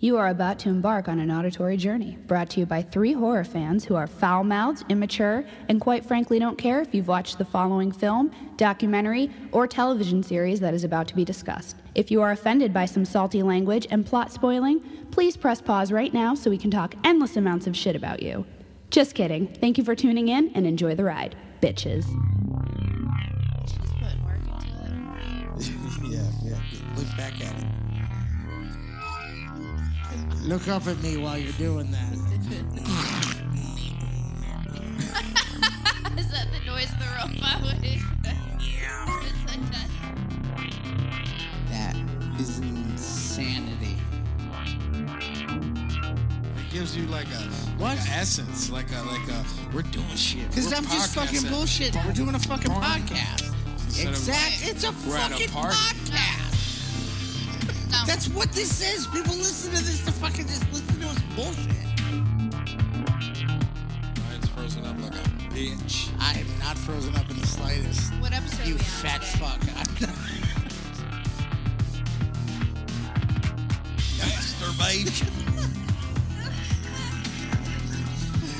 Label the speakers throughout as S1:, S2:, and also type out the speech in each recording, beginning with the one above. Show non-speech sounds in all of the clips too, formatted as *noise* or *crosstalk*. S1: You are about to embark on an auditory journey brought to you by three horror fans who are foul mouthed, immature, and quite frankly don't care if you've watched the following film, documentary, or television series that is about to be discussed. If you are offended by some salty language and plot spoiling, please press pause right now so we can talk endless amounts of shit about you. Just kidding. Thank you for tuning in and enjoy the ride, bitches.
S2: Just putting work into it.
S3: yeah, yeah. Look back at it. Look up at me while you're doing that.
S2: Is that the noise of the *laughs* robot? What is that?
S3: That is insanity.
S4: It gives you like a
S3: What?
S4: like a essence, like a like a we're doing shit.
S3: Because
S4: We're
S3: I'm just fucking
S4: podcasting.
S3: bullshit. We're doing a fucking podcast.
S4: Instead of-
S3: Exactly. It's a
S4: We're at a
S3: fucking
S4: party.
S3: podcast.
S2: No.
S3: That's what this is. People listen to this to fucking just listen to us bullshit.
S4: Mine's frozen up like a bitch.
S3: I am not frozen up in the slightest.
S2: What episode
S3: You
S2: are we on
S3: fat
S2: today?
S3: fuck. I'm not.
S4: *laughs* Masturbation.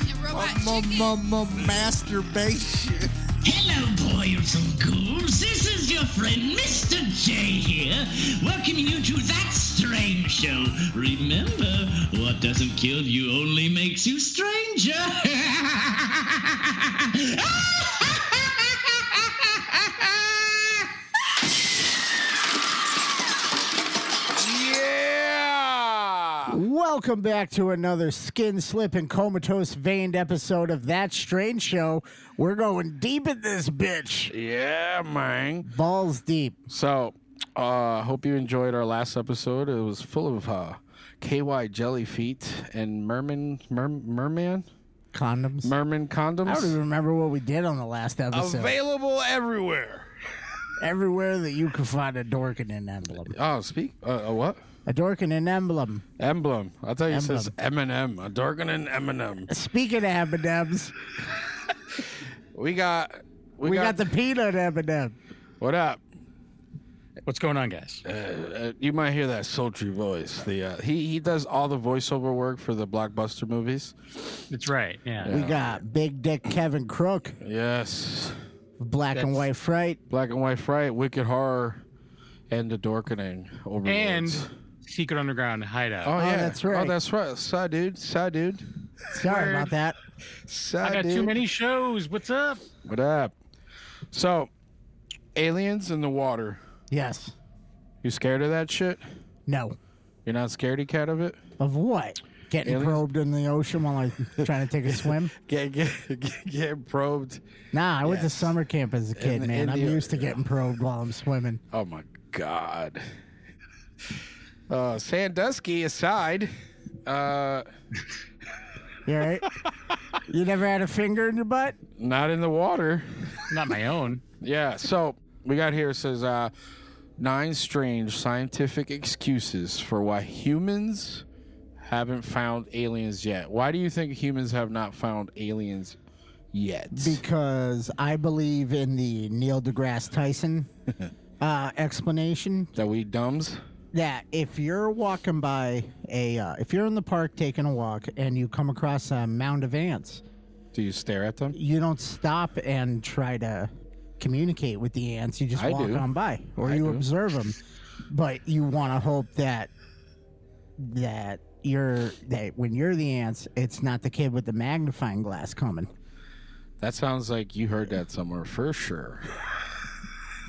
S2: The robot chicken.
S3: masturbation.
S5: Hello, boys and ghouls. This is your friend Mr. J here, welcoming you to that strange show. Remember, what doesn't kill you only makes you stranger.
S4: yeah.
S6: Welcome back to another skin slip and comatose veined episode of That Strange Show. We're going deep in this bitch.
S4: Yeah, man.
S6: Balls deep.
S4: So, uh, hope you enjoyed our last episode. It was full of uh, KY jelly feet and merman, mer- merman,
S6: Condoms.
S4: merman
S6: I don't even
S4: condoms
S6: remember what we did on the last episode.
S4: available everywhere.
S6: Everywhere that you can find a dork and an emblem.
S4: Oh, speak. Uh, a what?
S6: A dork and an emblem.
S4: Emblem. I thought you says M&M. A darkening M&M.
S6: Speaking of M&Ms,
S4: We got.
S6: we, got, the peanut M&M.
S4: What up?
S7: What's going on, guys?
S4: Uh, you might hear that sultry voice. The uh, he he does all the voiceover work for the blockbuster movies.
S7: That's right. Yeah.
S6: We got Big Dick Kevin Crook,
S4: Yes,
S6: Black and White Fright.
S4: black and white fright, wicked horror, and the dorkening over.
S7: and Secret Underground Hideout.
S4: oh, yeah,
S6: that's right.
S4: Oh that's right. Sigh, dude. Sigh, dude.
S6: Sorry about that.
S4: Sigh,
S7: I got
S4: dude.
S7: too many shows. What's up?
S4: What up? So, aliens in the water.
S6: Yes.
S4: You scared of that shit?
S6: No.
S4: You're not scaredy cat of it?
S6: Of what? Getting
S4: Aliens?
S6: probed in the ocean while I'm trying to take a swim?
S4: Get get *laughs* get, get probed.
S6: Nah, I went to
S4: Yes.
S6: summer camp as a kid,
S4: the-
S6: man.
S4: in
S6: I'm
S4: the-
S6: used to getting probed while I'm swimming.
S4: Oh my God. Uh, Sandusky aside, uh,
S6: You all *laughs* right? you never had a finger in your butt?
S4: not in the water.
S7: Not my own.
S4: Yeah. So we got here it says uh, nine strange scientific excuses for why humans haven't found aliens yet. Why do you think humans have not found aliens yet?
S6: Because I believe in the Neil deGrasse *laughs* Tyson uh, explanation
S4: that we dumbs.
S6: that if you're walking by a, uh, if you're in the park taking a walk and you come across a mound of ants,
S4: Do you stare at them?
S6: you don't stop and try to communicate with the ants. You just
S4: I
S6: walk
S4: do.
S6: on by, or
S4: I
S6: you
S4: do.
S6: observe them. But you want to hope that that you're that when you're the ants, it's not the kid with the magnifying glass coming.
S4: That sounds like you heard that somewhere
S6: *laughs*
S4: for sure.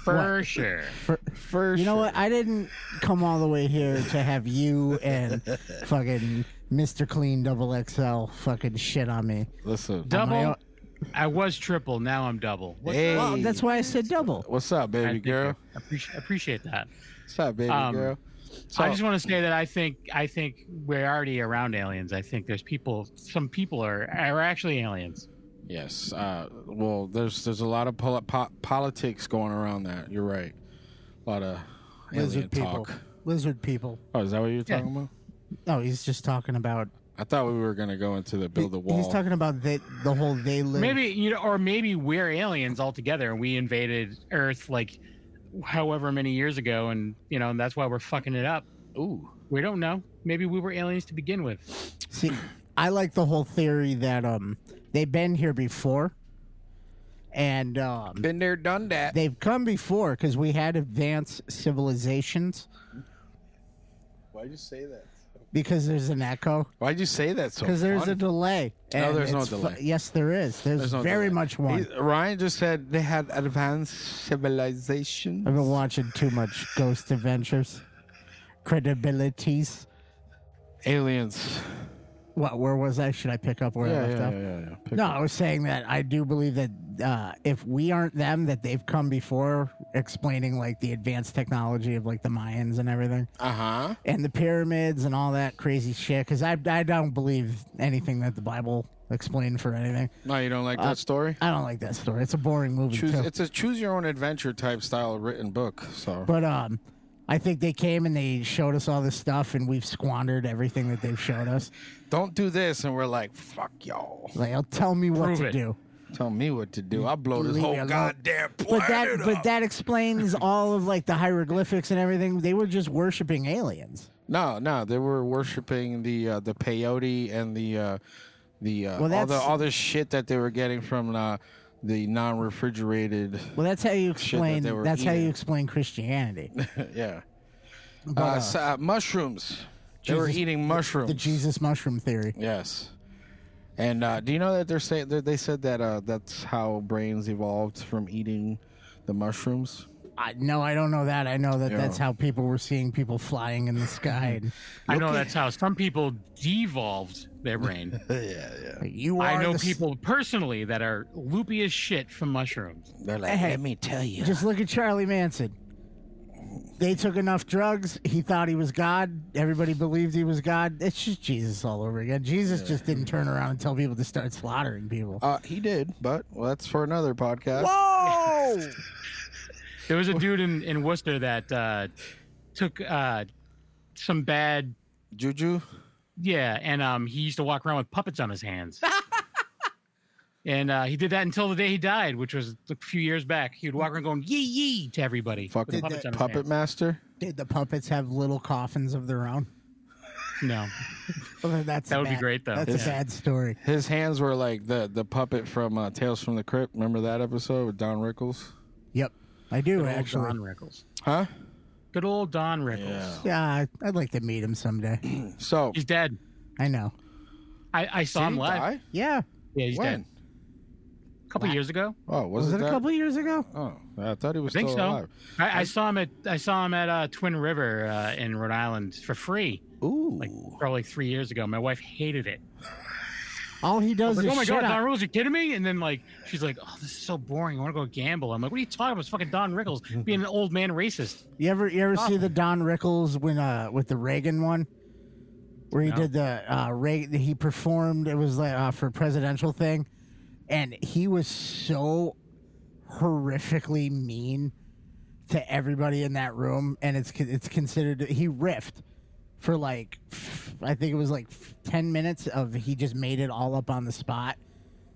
S7: For sure.
S4: For
S6: You know
S4: sure.
S6: what? I didn't come all the way here to have you and fucking Mr. Clean Double XL fucking shit on me.
S4: Listen.
S7: Double.
S6: own-
S7: I was triple. Now I'm double. What?
S4: Hey.
S6: Well, that's why I said double.
S4: What's up,
S7: I
S4: baby
S7: think
S4: girl?
S7: I appreciate, appreciate that.
S4: What's up, baby
S7: Um,
S4: girl? So,
S7: I just want to say that I think I think we're already around aliens. I think there's people. Some people are are actually aliens.
S4: yes. Uh, well, there's there's a lot of pol- po- politics going around that. You're right. A lot of alien
S6: Lizard people.
S4: talk.
S6: Lizard people.
S4: Oh, is that what you're talking about?
S6: No, he's just talking about
S4: I thought we were gonna go into the build a wall.
S6: He's talking about the the whole they live.
S7: Maybe you know, or maybe we're aliens altogether, and we invaded Earth like however many years ago, and you know, and that's why we're fucking it up.
S4: Ooh,
S7: We don't know. Maybe we were aliens to begin with.
S6: See, I like the whole theory that um they've been here before, and um
S4: Been there, done that.
S6: they've come before because we had advanced civilizations.
S4: Why'd you say that?
S6: Because there's an echo.
S4: Why'd you say that so?
S6: Because there's a
S4: funny?
S6: delay.
S4: No,
S6: and
S4: there's no
S6: it's fu-
S4: delay.
S6: yes, there is. There's,
S4: There's no
S6: very
S4: delay.
S6: much one.
S4: He- Ryan just said they had advanced civilization.
S6: I've been watching too much Ghost Adventures. Credibilities.
S4: Aliens.
S6: What? Where was I? Should I pick up where I
S4: Yeah,
S6: left
S4: yeah, yeah,
S6: off?
S4: yeah, yeah. Pick
S6: No,
S4: up.
S6: I was saying that I do believe that uh, if we aren't them, that they've come before, explaining like the advanced technology of like the Mayans and everything,
S4: Uh-huh.
S6: and the pyramids and all that crazy shit. Because I I don't believe anything that the Bible explained for anything.
S4: No, you don't
S6: Uh,
S4: like that story?
S6: I don't like that story. It's a boring movie
S4: Choose,
S6: too.
S4: it's a choose your own adventure type style written book. So
S6: But um, I think they came and they showed us all this stuff, and we've squandered everything that they've showed us.
S4: don't do this and we're like, fuck y'all.
S6: Like, oh, tell me what
S7: Prove
S6: to
S7: it.
S6: do.
S4: Tell me what to do. I'll blow this
S6: Leave
S4: whole
S6: me alone.
S4: goddamn planet
S6: But that,
S4: up.
S6: but that explains all of like the hieroglyphics and everything. They were just worshiping aliens.
S4: No, no, they were worshiping the uh, the peyote and the uh, the uh,
S6: Well,
S4: all the
S6: that's-
S4: all this shit that they were getting from uh, the non-refrigerated. *laughs*
S6: Well, that's how you
S4: Shit that
S6: explain.
S4: they were
S6: That's how
S4: eating.
S6: you explain
S7: *laughs*
S6: Christianity.
S4: yeah,
S6: But,
S4: uh,
S6: uh,
S4: s- uh, mushrooms. They were
S6: Jesus-
S4: eating mushrooms.
S6: the Jesus mushroom theory.
S4: Yes. And uh, do you know that they're saying that they said that uh, that's how brains evolved from eating the mushrooms?
S6: I, no, I don't know that. I know that
S4: Yeah.
S6: that's how people were seeing people flying in the sky.
S7: *laughs*
S6: And,
S7: I know that's how some people devolved their
S6: *laughs*
S7: brain.
S4: yeah, yeah.
S6: like, you are
S7: I know
S6: the s-
S7: people personally that are loopy as shit from mushrooms.
S4: They're like,
S6: Hey.
S4: let me tell you.
S6: Just look at Charlie Manson. They took enough drugs. He thought he was God. Everybody believed he was God. It's just Jesus all over again. Jesus just didn't turn around and tell people to start slaughtering people.
S4: Uh, he did, but well, that's for another podcast.
S6: Whoa!
S7: Oh! There was a dude in, in Worcester that uh, took uh, some bad,
S4: Juju.
S7: yeah, and um, he used to walk around with puppets on his hands. and uh, he did that until the day he died, which was a few years back. He would walk around going yee yee to everybody. with
S4: Fucking
S7: puppets on his
S4: puppet
S7: hands.
S4: master.
S6: *laughs* Did the puppets have little coffins of their own? *laughs*
S4: *laughs*
S7: No,
S6: Well, that's
S7: That
S6: a
S7: would be
S6: bad-
S7: great, though.
S6: That's
S7: Yeah.
S6: a bad story.
S4: His hands were like the the puppet from uh, Tales from the Crypt. Remember that episode with Don Rickles?
S6: Yep, I do
S7: good old
S6: actually.
S7: Don Rickles.
S4: Huh?
S7: Good old Don Rickles.
S6: Yeah, I- I'd like to meet him someday.
S4: So
S7: He's dead.
S6: I know.
S7: I, I saw
S4: Did
S7: him
S4: he
S7: live.
S4: die?
S6: Yeah,
S7: Yeah, he's
S4: When?
S7: dead. A couple years ago.
S4: Oh, was,
S6: was, it,
S4: that?
S6: a couple years ago?
S4: Oh, I thought he was
S7: I think
S4: still
S7: so.
S4: alive.
S7: I, I saw him at I saw him at uh, Twin River uh, in Rhode Island for free,
S4: Ooh.
S7: like probably three years ago. My wife hated it.
S6: All he
S7: I
S6: does
S7: was
S6: is
S7: like, oh my
S6: shit
S7: god, Don
S6: on-
S7: Rickles, you kidding me? And then like she's like, oh, this is so boring. I want to go gamble. I'm like, what are you talking about? It's fucking Don Rickles being an old man racist.
S6: You ever you ever see the Don Rickles when uh with the Reagan one, where he
S7: No.
S6: did the uh Reagan, he performed it was like uh, for a presidential thing, and he was so horrifically mean to everybody in that room, and it's con- it's considered he riffed for like f- I think it was like f- ten minutes of he just made it all up on the spot,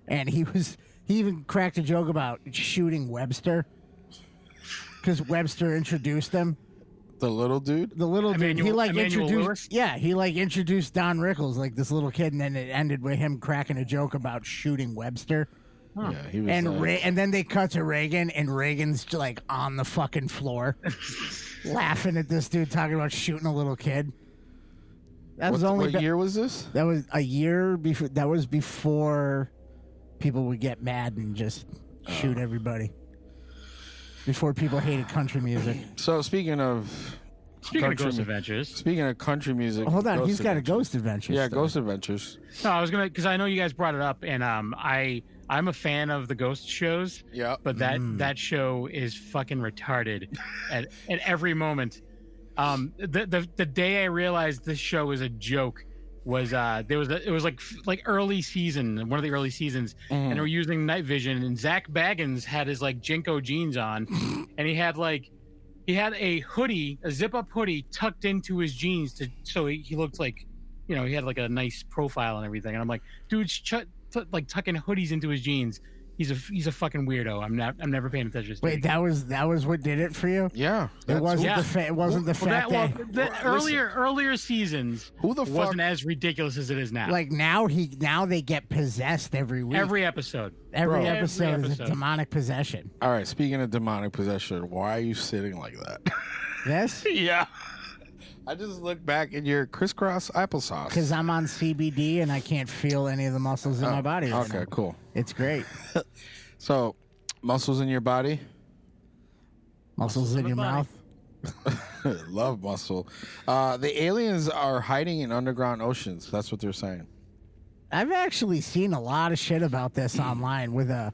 S6: and he was he even cracked a joke about shooting Webster. Because Webster introduced them,
S4: The little dude.
S6: the little dude. He
S7: Emmanuel-
S6: like
S7: Emmanuel
S6: introduced,
S7: Lewis?
S6: yeah, he like introduced Don Rickles, like this little kid, and then it ended with him cracking a joke about shooting Webster,
S4: Yeah, he was.
S6: and
S4: like-
S6: Re- and then they cut to Reagan, and Reagan's like on the fucking
S7: *laughs*
S6: floor, laughing at this dude talking about shooting a little kid. That
S4: what,
S6: was only
S4: what
S6: ba-
S4: year was this?
S6: that was a year before. That was before people would get mad and just
S4: Oh.
S6: shoot everybody. Before people hated country music.
S4: So speaking of
S7: Speaking
S4: Country
S7: of Ghost
S4: mu-
S7: Adventures,
S4: speaking of country music,
S6: Hold on,
S4: he's
S6: he's got a ghost adventure.
S4: Yeah,
S6: story.
S4: Ghost Adventures.
S7: no, I was gonna because I know you guys brought it up, and um, I I'm a fan of the ghost shows.
S4: Yeah,
S7: but that that show is fucking retarded at, at every moment um the, the the day i realized this show was a joke was uh there was a, it was like like early season one of the early seasons and they were using night vision and zach baggins had his like jinko jeans on and he had like he had a hoodie a zip up hoodie tucked into his jeans to so he, he looked like you know he had like a nice profile and everything and i'm like dude's ch- t- like tucking hoodies into his jeans he's a he's a fucking weirdo. I'm not. I'm never paying attention. to his
S6: Wait,
S7: dick.
S6: that was that was what did it for you?
S4: Yeah.
S6: It
S4: that's
S6: wasn't
S7: Yeah.
S6: the fa- it wasn't the
S7: Well,
S6: fact
S7: well,
S6: that,
S7: the earlier earlier seasons
S4: Who the fuck?
S7: wasn't as ridiculous as it is now.
S6: like now he now they get possessed every week.
S7: every episode.
S6: Every
S4: Bro.
S6: episode is
S7: Every
S6: a
S7: episode.
S6: demonic possession.
S4: All right. Speaking of demonic possession, why are you sitting like that?
S6: This
S4: *laughs* yeah. I just looked back at your crisscross applesauce.
S6: because I'm on CBD and I can't feel any of the muscles in my body. right
S4: Oh, Okay,
S6: now.
S4: cool.
S6: it's great.
S4: So, muscles in your body.
S6: Muscles in your mouth.
S4: Love muscle. Uh, the aliens are hiding in underground oceans. That's what they're saying.
S6: I've actually seen a lot of shit about this online with uh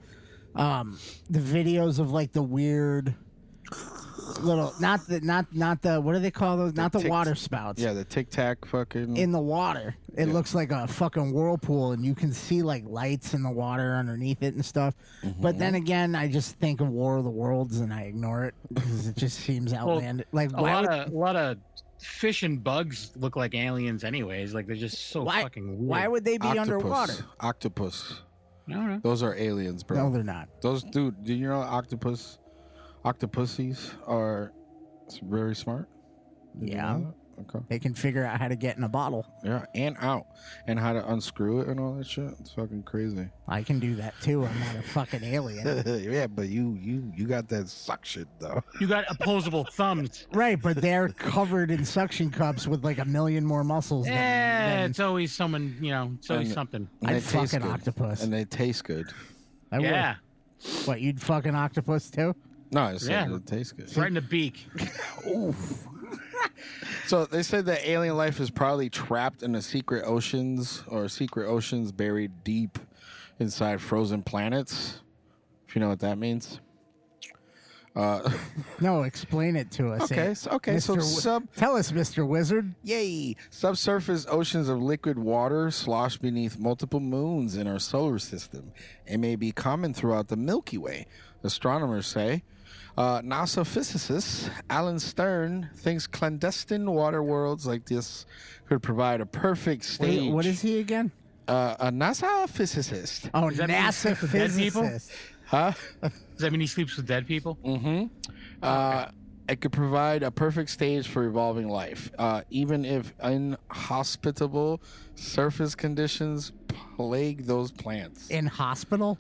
S6: um, the videos of like the weird little not the not not the what do they call those not the
S4: tic-
S6: water spouts
S4: Yeah, the tic tac fucking.
S6: in the water. It
S4: Yeah.
S6: looks like a fucking whirlpool, and you can see like lights in the water underneath it and stuff.
S7: Mm-hmm.
S6: But then again, I just think of War of the Worlds and I ignore it because it just seems outlandish. like
S7: A
S6: why
S7: lot
S6: would-
S7: of a lot of fish and bugs look like aliens, anyways. Like they're just so
S6: why,
S7: fucking weird.
S6: why would they be
S4: octopus.
S6: underwater?
S4: Octopus.
S7: I don't know.
S4: Those are aliens, bro.
S6: No, they're not.
S4: Those dude, do you know octopus octopuses are s- very smart? Did you
S6: Yeah.
S4: know that? Okay.
S6: They can figure out how to get in a bottle.
S4: Yeah, and out. And how to unscrew it and all that shit. It's fucking crazy.
S6: I can do that too. I'm not a fucking
S7: *laughs*
S6: alien.
S4: *laughs* yeah, but you you you got that suck shit though.
S7: You got opposable *laughs* thumbs.
S6: right, but they're covered in suction cups with like a million more muscles. than-
S7: Yeah,
S6: than-
S7: Eh, it's always someone. You know, it's always
S4: And-
S7: something.
S4: And
S6: I'd
S4: they
S6: fuck
S4: taste
S6: an
S4: good.
S6: octopus.
S4: And they taste good.
S6: I would.
S7: Yeah,
S6: What, you'd fucking octopus too?
S4: No, it's
S7: Yeah.
S4: it tastes good.
S7: right in the beak.
S4: So they said that alien life is probably trapped in the secret oceans or secret oceans buried deep inside frozen planets. If you know what that means. Uh,
S6: No, explain it to us.
S4: Okay,
S6: eh?
S4: so- okay, so
S6: Wi-
S4: sub-
S6: tell us, Mister Wizard.
S4: Yay! Subsurface oceans of liquid water slosh beneath multiple moons in our solar system and may be common throughout the Milky Way, astronomers say. Uh, NASA physicist Alan Stern thinks clandestine water worlds like this could provide a perfect stage.
S6: Wait, what is he again?
S4: uh, a NASA physicist?
S6: Oh,
S7: that mean he
S6: NASA
S7: sleeps with dead people?
S6: physicist.
S7: Does that mean he sleeps with dead people?
S6: Mm.
S4: Uh, it could provide a perfect stage for evolving life, uh, even if inhospitable surface conditions plague those plants.
S6: In hospital?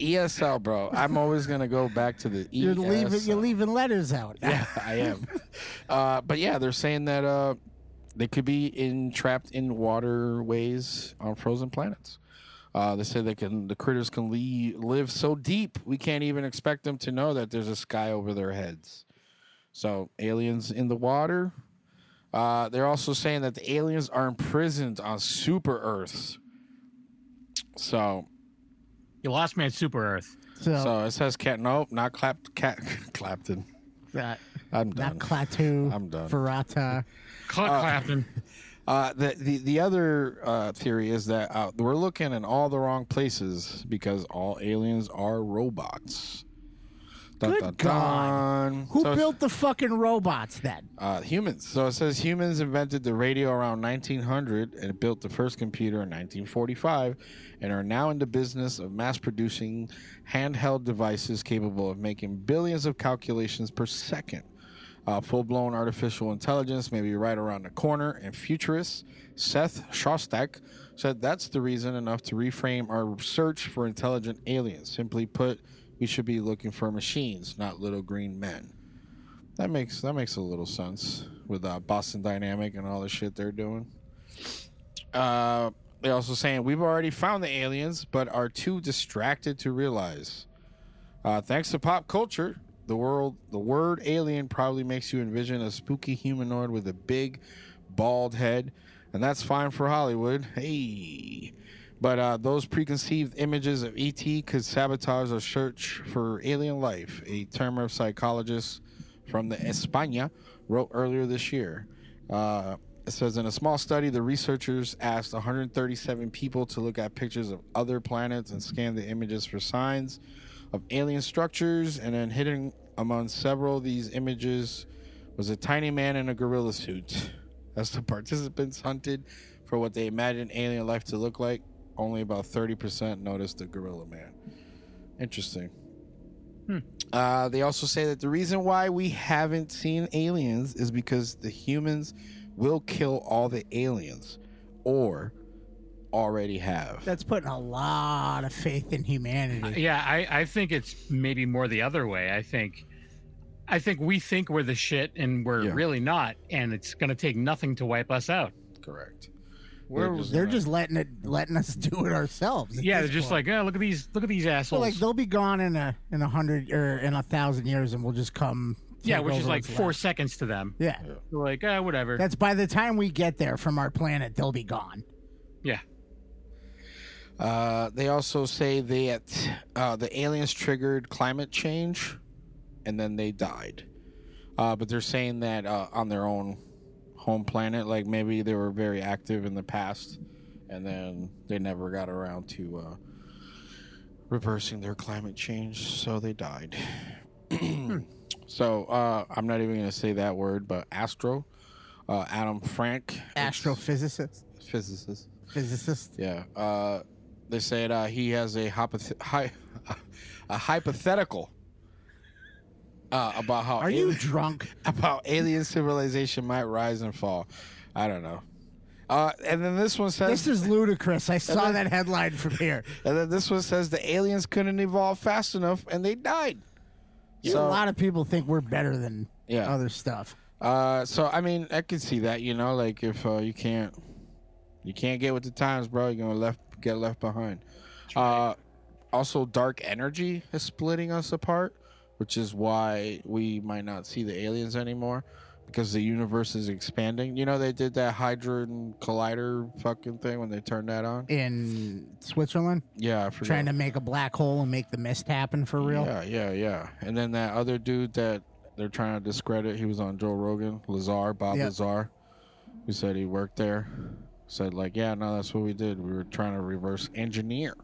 S4: ESL, E bro. I'm always gonna go back to the E ESL.
S6: You're leaving. You're leaving letters out.
S4: Yeah, *laughs* I am. uh, but yeah, they're saying that uh, they could be in trapped in waterways on frozen planets. Uh, they say they can. The critters can le- live so deep we can't even expect them to know that there's a sky over their heads. So aliens in the water. Uh, they're also saying that the aliens are imprisoned on super Earths. So
S7: You lost me at Super Earth.
S6: So,
S4: So it says cat. Nope, not clap. Cat *laughs* Clapton.
S6: uh,
S4: I'm
S6: not
S4: done.
S6: Klaatu.
S4: I'm done.
S7: *laughs*
S6: Verata.
S7: Cluck clapping.
S4: uh, the the the other uh, theory is that uh, we're looking in all the wrong places because all aliens are robots. Dun,
S6: Good
S4: dun,
S6: God.
S4: dun.
S6: Who
S4: So it's-
S6: built the fucking robots then?
S4: uh, humans? So it says humans invented the radio around 1900 and built the first computer in 1945, and are now in the business of mass producing handheld devices capable of making billions of calculations per second. Uh, Full blown artificial intelligence may be right around the corner, and futurist Seth Shostak said that's the reason enough to reframe our search for intelligent aliens. Simply put, we should be looking for machines, not little green men. That makes that makes a little sense with uh, Boston Dynamic and all the shit they're doing. Uh, they're also saying we've already found the aliens, but are too distracted to realize. Uh, thanks to pop culture, the world the word alien probably makes you envision a spooky humanoid with a big, bald head, and that's fine for Hollywood. Hey. But uh, those preconceived images of ET could sabotage a search for alien life, a term of psychologists from the España wrote earlier this year. Uh, it says in a small study, the researchers asked 137 people to look at pictures of other planets and scan the images for signs of alien structures, and then hidden among several of these images was a tiny man in a gorilla *laughs* suit. As the participants hunted for what they imagined alien life to look like, only about 30% noticed the gorilla man. Interesting. Uh, they also say that the reason why we haven't seen aliens is because the humans will kill all the aliens or already have.
S6: That's putting a lot of faith in humanity.
S7: Yeah, I, I think it's maybe more the other way. I think I think we think we're the shit and we're
S4: Yeah.
S7: really not, and it's gonna take nothing to wipe us out.
S4: Correct.
S7: We're
S6: They're just letting it, letting us *laughs* do it ourselves. at
S7: yeah,
S6: this
S7: they're just
S6: point.
S7: like, oh, look at these look at these
S6: So
S7: assholes.
S6: like they'll be gone in a in a hundred or in a thousand years, and we'll just come.
S7: yeah,
S6: take
S7: which is
S6: over
S7: like
S6: what's
S7: four
S6: left.
S7: seconds to them.
S6: Yeah,
S7: They're like, ah, whatever.
S6: that's by the time we get there from our planet, they'll be gone.
S7: yeah.
S4: Uh, they also say that uh, the aliens triggered climate change, and then they died. Uh, but they're saying that uh, on their own home planet, like maybe they were very active in the past, and then they never got around to uh, reversing their climate change, so they died. *clears throat* so uh, I'm not even going to say that word, but astro, uh, Adam Frank,
S6: Astrophysicist,
S4: physicist.
S6: physicist.
S4: Yeah. Uh, they said uh, he has a, hypoth- hy- *laughs* a hypothetical uh, about how
S6: Are you drunk?
S4: *laughs*
S7: *laughs*
S4: about alien civilization might rise and fall. I don't know. Uh, and then this one says,
S6: This is ludicrous. I saw that headline from here.
S4: and then this one says the aliens couldn't evolve fast enough and they died.
S6: a lot of people think we're better than
S4: Yeah.
S6: other stuff.
S4: Uh, so I mean, I could see that. You know, like if uh, you can't, you can't get with the times, bro. You're gonna left get left behind. Uh, also, dark energy is splitting us apart, which is why we might not see the aliens anymore because the universe is expanding. You know, they did that hydrogen collider fucking thing when they turned that on.
S6: In Switzerland,
S4: Yeah, I forgot.
S6: trying to make a black hole and make the mist happen for real.
S4: Yeah, yeah, yeah. And then that other dude that they're trying to discredit, he was on Joe Rogan, Lazar, Bob
S6: Yeah.
S4: Lazar, who said he worked there. Said like, yeah, no, that's what we did. We were trying to reverse engineer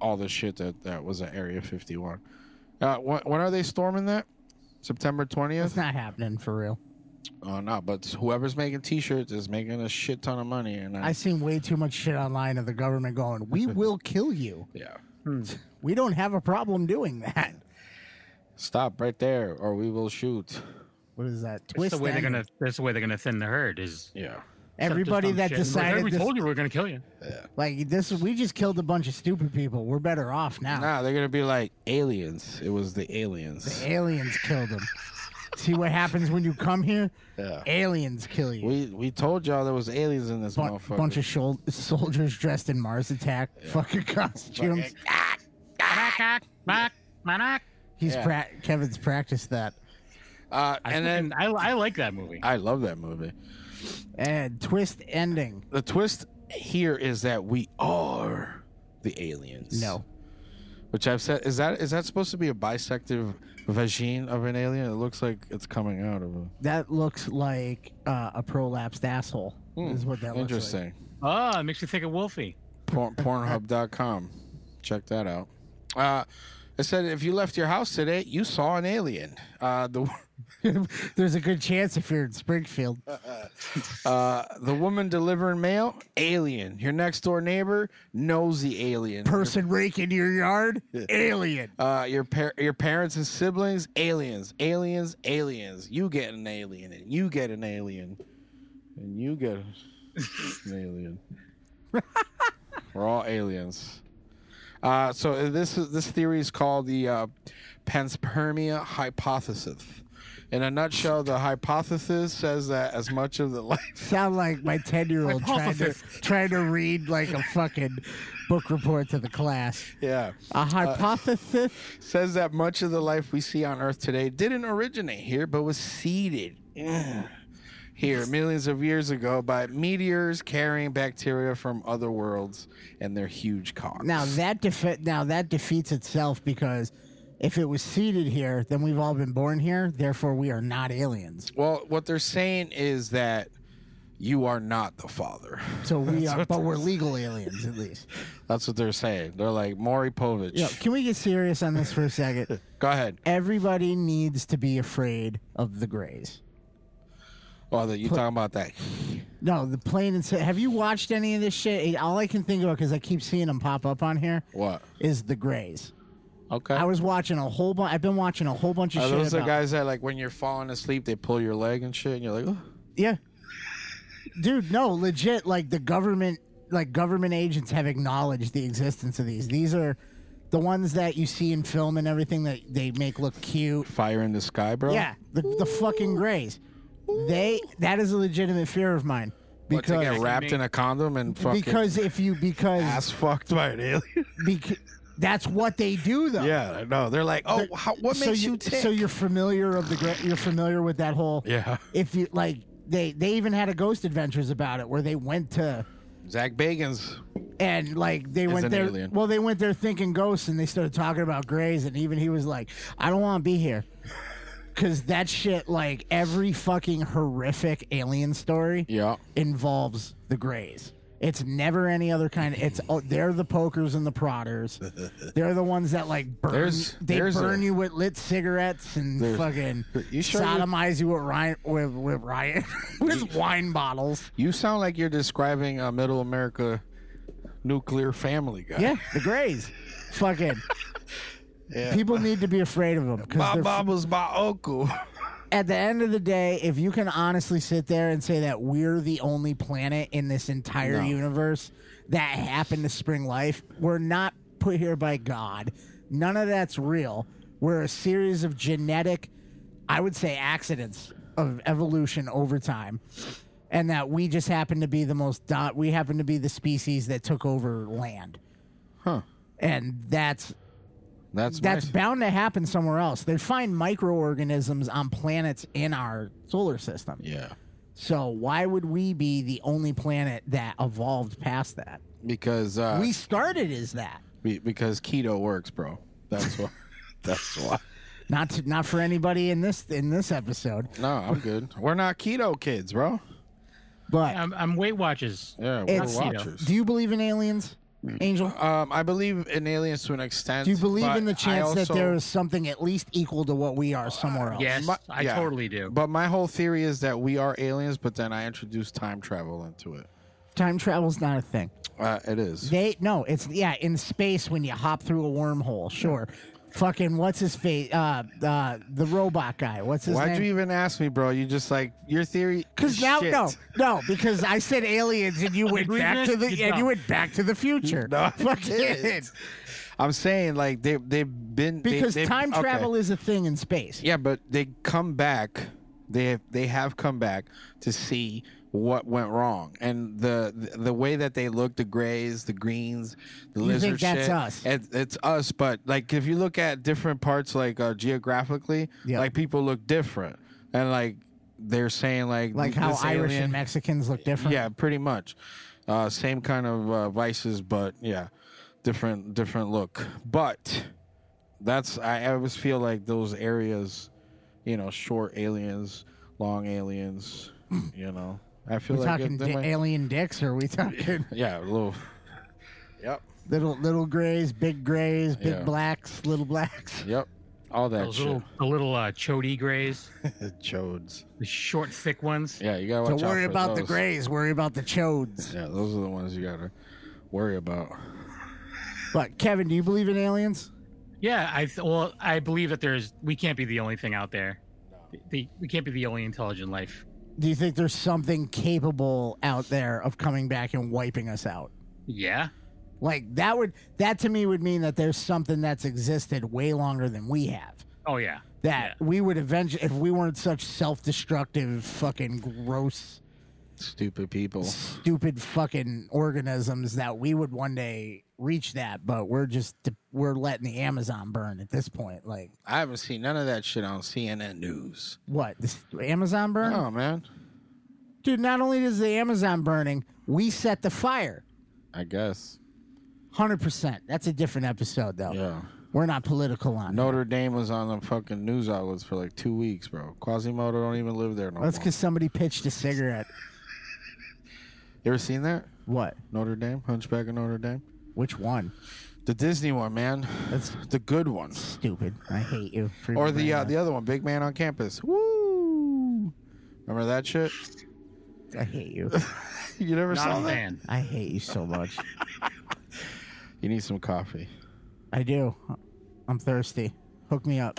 S4: all the shit that that was at Area 51. Uh, when, when are they storming that? September 20th?
S6: It's not happening for real.
S4: oh no, but whoever's making T-shirts is making a shit ton of money, and I,
S6: I seen way too much shit online of the government going,
S7: *laughs*
S6: "We will kill you."
S4: yeah,
S6: We don't have a problem doing that.
S4: stop right there, or we will shoot.
S6: What is that?
S7: That's
S6: Twist.
S7: the way they're
S6: ending.
S7: gonna that's the way they're gonna thin the herd is
S4: Yeah.
S6: Everybody that decided
S7: we
S6: this-
S7: told you we were gonna kill you.
S6: like this. We just killed a bunch of stupid people. We're better off now.
S4: Nah, they're gonna be like aliens. It was the aliens.
S6: Aliens killed them. See what happens when you come here?
S4: Yeah.
S6: Aliens kill you.
S4: We we told y'all there was aliens in this
S6: Bu-
S4: motherfucker.
S6: bunch of shol- soldiers dressed in Mars attack fucking costumes. He's
S4: Yeah.
S6: pra- Kevin's practiced that.
S4: uh,
S7: I
S4: and
S7: fucking-
S4: then
S7: I, I like that movie.
S4: I love that movie.
S6: And twist ending.
S4: The twist here is that we are the aliens.
S6: No,
S4: Which I've said is that is that supposed to be a bisective vagine of an alien? It looks like it's coming out of a
S6: that looks like uh, a prolapsed asshole. Is what that looks like.
S4: Hmm. interesting.
S7: oh, it makes you think of Wolfie.
S4: Porn, Pornhub.com. Check that out. Uh, it said if you left your house today, you saw an alien. Uh, the *laughs*
S6: *laughs* There's a good chance if you're in Springfield.
S4: Uh, the woman delivering mail, alien. Your next door neighbor, nosy alien.
S6: Person raking your
S4: *laughs*
S6: yard, alien.
S4: uh, your par- your parents and siblings, aliens, aliens, aliens. You get an alien, and you get an alien, and you get an alien. We're all aliens. Uh, so this is this theory is called the uh, panspermia hypothesis. In a nutshell, the hypothesis says that as much of the *laughs* life
S6: Sound like my ten year old trying to trying to read like a fucking book report to the class. Uh,
S4: yeah.
S6: A hypothesis.
S4: says that much of the life we see on Earth today didn't originate here, but was seeded ugh, here millions of years ago by meteors carrying bacteria from other worlds and their huge cocks.
S6: Now that defe- now that defeats itself because if it was seeded here, then we've all been born here. Therefore, we are not aliens.
S4: well, what they're saying is that you are not the father.
S6: So we are, but we're legal aliens at least.
S4: That's what they're saying. They're like Maury Povich.
S6: Yo, can we get serious on this for a *laughs* second?
S4: Go ahead.
S6: Everybody needs to be afraid of the Greys.
S4: Oh, that you talking about that?
S6: No, the plane and si- have you watched any of this shit? All I can think about because I keep seeing them pop up on here
S4: What?
S6: is the Grays.
S4: Okay.
S6: I was watching a whole bunch. I've been watching a whole bunch of
S4: Are
S6: shit.
S4: those the
S6: about-
S4: guys that like when you're falling asleep, they pull your leg and shit, and you're like, "Oh."
S6: Yeah. Dude, no, legit. Like the government, like government agents have acknowledged the existence of these. These are the ones that you see in film and everything that they make look cute.
S4: fire in the sky, bro?
S6: Yeah, the, the fucking grays. They that is a legitimate fear of mine
S4: What, to get
S6: because
S4: wrapped in a condom and fucking
S6: because if you because
S4: ass fucked by an alien. *laughs*
S6: bec- that's what they do though.
S4: yeah, no, they're like, oh, how, what
S6: so
S4: makes
S6: you,
S4: you, tick?
S6: so you're familiar of the gra- you're familiar with that whole
S4: yeah,
S6: if you like they they even had a ghost adventures about it where they went to
S4: Zach Bagans.
S6: and like they went
S4: an
S6: there
S4: alien.
S6: well they went there thinking ghosts and they started talking about grays and even he was like i don't want to be here because that shit like every fucking horrific alien story
S4: Yeah,
S6: involves the grays it's never any other kind it's oh, they're the pokers and the
S4: *laughs*
S6: prodders they're the ones that like burn
S4: There's-
S6: they
S4: there's
S6: burn
S4: a-
S6: you with lit cigarettes and
S4: There's-
S6: fucking
S4: You sure you-
S6: sodomize you with riot with, with riot *laughs* with wine bottles
S4: you sound like you're describing a Middle America nuclear family guy.
S6: Yeah, the Grays. Fucking.
S4: *laughs* Yeah.
S6: People need to be afraid of them
S4: my
S6: because
S4: mom was my uncle. *laughs*
S6: at the end of the day, if you can honestly sit there and say that we're the only planet in this entire
S4: No.
S6: universe that happened to spring life, we're not put here by God. None of that's real. We're a series of genetic, I would say, accidents of evolution over time, and that we just happen to be the most dot. We happen to be the species that took over land.
S4: Huh.
S6: And that's
S4: That's
S6: that's
S4: my,
S6: bound to happen somewhere else. They find microorganisms on planets in our solar system.
S4: yeah.
S6: So why would we be the only planet that evolved past that?
S4: Because uh,
S6: we started as that.
S4: be- because keto works, bro.
S6: *laughs*
S4: That's why. that's why.
S6: Not to, not for anybody in this in this episode,
S4: No, I'm good. We're not keto kids, bro.
S6: but
S7: I'm, I'm Weight Watchers.
S4: Yeah, we're
S6: It's-
S4: watchers.
S6: do you believe in aliens, Angel?
S4: Um, I believe in aliens to an extent.
S6: Do you believe
S4: but
S6: in the
S4: I
S6: chance that
S4: also- Uh,
S6: there is something at least equal to what we are somewhere else?
S7: Yes,
S4: My-
S7: I
S4: yeah.
S7: totally do.
S4: But my whole theory is that we are aliens, but then I introduced time travel into it.
S6: Time travel's not a thing.
S4: Uh, it is.
S6: They no, it's yeah, in space when you hop through a wormhole, sure. Fucking what's his face? Uh, uh, the robot guy. What's his
S4: Why'd you
S6: name?
S4: even ask me, bro? You just like your theory.
S6: Because
S4: is
S6: now
S4: shit.
S6: no, no, because I said aliens and you went
S7: Did we
S6: back
S7: miss-
S6: to the
S7: did
S6: and you
S7: not.
S6: went back to the future.
S4: *laughs*
S6: *laughs*
S4: No, I
S6: fucking
S4: didn't. I'm saying like they they've been they-
S6: because
S4: they've-
S6: time
S4: okay.
S6: travel is a thing in space.
S4: Yeah, but they come back. They have, they have come back to see what went wrong, and the the, the way that they look, the grays, the greens, the
S6: You think
S4: lizard
S6: that's
S4: shit.
S6: us?
S4: It, it's us, but like if you look at different parts, like uh, geographically,
S6: Yeah.
S4: like people look different, and like they're saying like
S6: Like
S4: th-
S6: how
S4: this
S6: Irish
S4: alien-
S6: and Mexicans look different.
S4: *laughs* yeah, pretty much, uh, same kind of uh, vices, but yeah, different different look, but that's I I always feel like those areas, you know, short aliens,
S6: *clears throat*
S4: long aliens, you know. I feel
S6: We're
S4: like
S6: talking
S4: it- they
S6: di-
S4: might-
S6: alien dicks, or are we
S4: *laughs*
S6: talking
S4: yeah,
S6: *laughs*
S4: a little. Yep,
S6: little little grays, big grays, big
S4: Yeah.
S6: blacks, little blacks?
S4: yep, all that
S7: Those little, the little uh, chody grays,
S6: *laughs*
S4: shit. Chodes.
S7: the short, thick ones.
S4: Yeah, you gotta watch
S6: Don't
S4: out
S6: worry
S4: for
S6: about the
S4: those.
S6: grays. Worry about the chodes.
S4: Yeah, those are the ones you gotta worry about.
S6: But Kevin, do you believe in aliens?
S7: Yeah, I th- well, I believe that there's we can't be the only thing out there. The, we can't be the only intelligent life.
S6: Do you think there's something capable out there of coming back and wiping us out?
S7: Yeah,
S6: Like that would that to me would mean that there's something that's existed way longer than we have.
S7: oh yeah,
S6: That we would eventually, if we weren't such self-destructive, fucking gross, *laughs*
S4: Stupid people.
S6: stupid fucking organisms, that we would one day reach that. But we're just we're letting the Amazon burn at this point. Like
S4: I haven't seen none of that shit on CNN News.
S6: what? This Amazon burn?
S4: Oh man,
S6: Dude, not only is the Amazon burning, we set the fire.
S4: I guess.
S6: Hundred percent. That's a different episode, though.
S4: Yeah.
S6: We're not political on.
S4: Notre Dame was on the fucking news outlets for like two weeks, bro. Quasimodo don't even live there no
S6: That's
S4: more.
S6: because somebody pitched a cigarette.
S4: You ever seen that?
S6: What?
S4: Notre Dame? Hunchback of Notre Dame?
S6: Which one?
S4: The Disney one, man.
S6: That's
S4: The good one.
S6: stupid. I hate you. for
S4: Or
S6: bringing
S4: the uh,
S6: that.
S4: the other one, Big Man on Campus. Woo! Remember that shit?
S6: I hate you.
S4: *laughs* You never saw
S8: Not a
S4: that?
S8: fan.
S6: I hate you so much.
S4: You need some coffee.
S6: I do. I'm thirsty. Hook me up.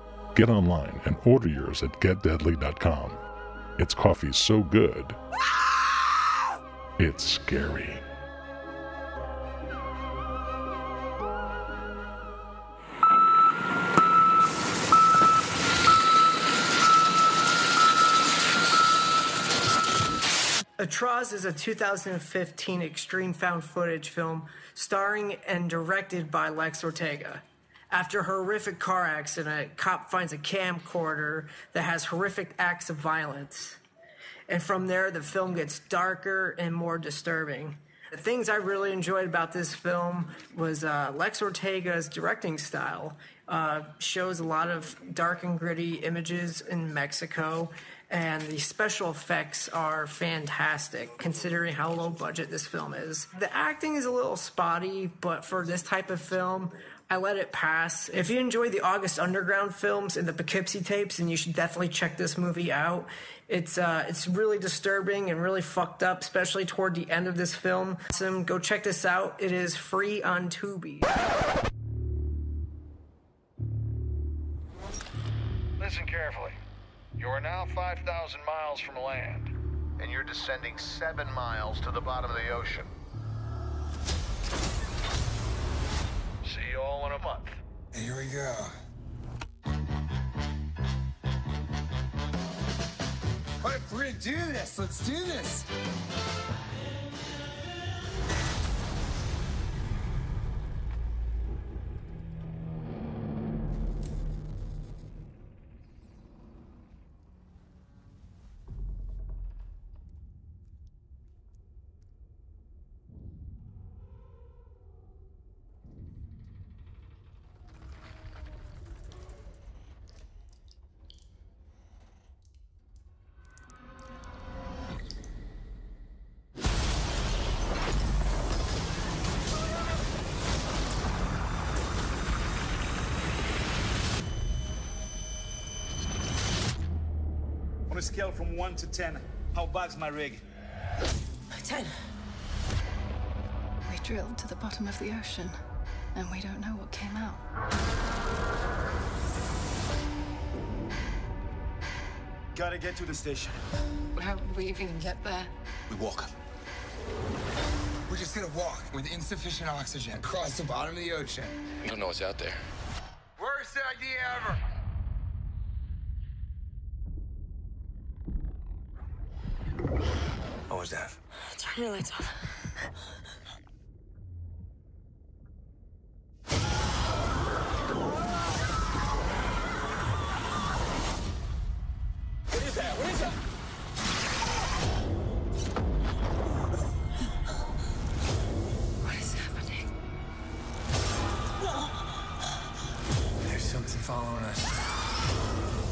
S9: get online and order yours at getdeadly.com. It's coffee so good, it's scary.
S7: Atroz is a 2015 extreme found footage film starring and directed by Lex Ortega. After a horrific car accident, cop finds a camcorder that has horrific acts of violence. And from there, the film gets darker and more disturbing. The things I really enjoyed about this film was uh, Lex Ortega's directing style. Uh, shows a lot of dark and gritty images in Mexico, and the special effects are fantastic considering how low budget this film is. The acting is a little spotty, but for this type of film, I let it pass. If you enjoy the August Underground films and the Poughkeepsie tapes, then you should definitely check this movie out. It's uh, it's really disturbing and really fucked up, especially toward the end of this film. So go check this out. It is free on Tubi.
S10: Listen carefully. You are now 5,000 miles from land, and you're descending seven miles to the bottom of the ocean. See you all in a month.
S3: Here we go. All right, we're gonna do this. Let's do this.
S11: On a scale from 1 to 10, how bad's my rig?
S7: Ten.
S2: We drilled to the bottom of the ocean, and we don't know what came out.
S11: Gotta get to the station.
S2: How did we even get there?
S11: We walk.
S3: We're just gonna walk with insufficient oxygen across the bottom of the ocean.
S10: You don't know what's out there.
S3: Worst idea ever.
S10: What was that?
S2: Turn your lights off. What is happening?
S3: There's something following us.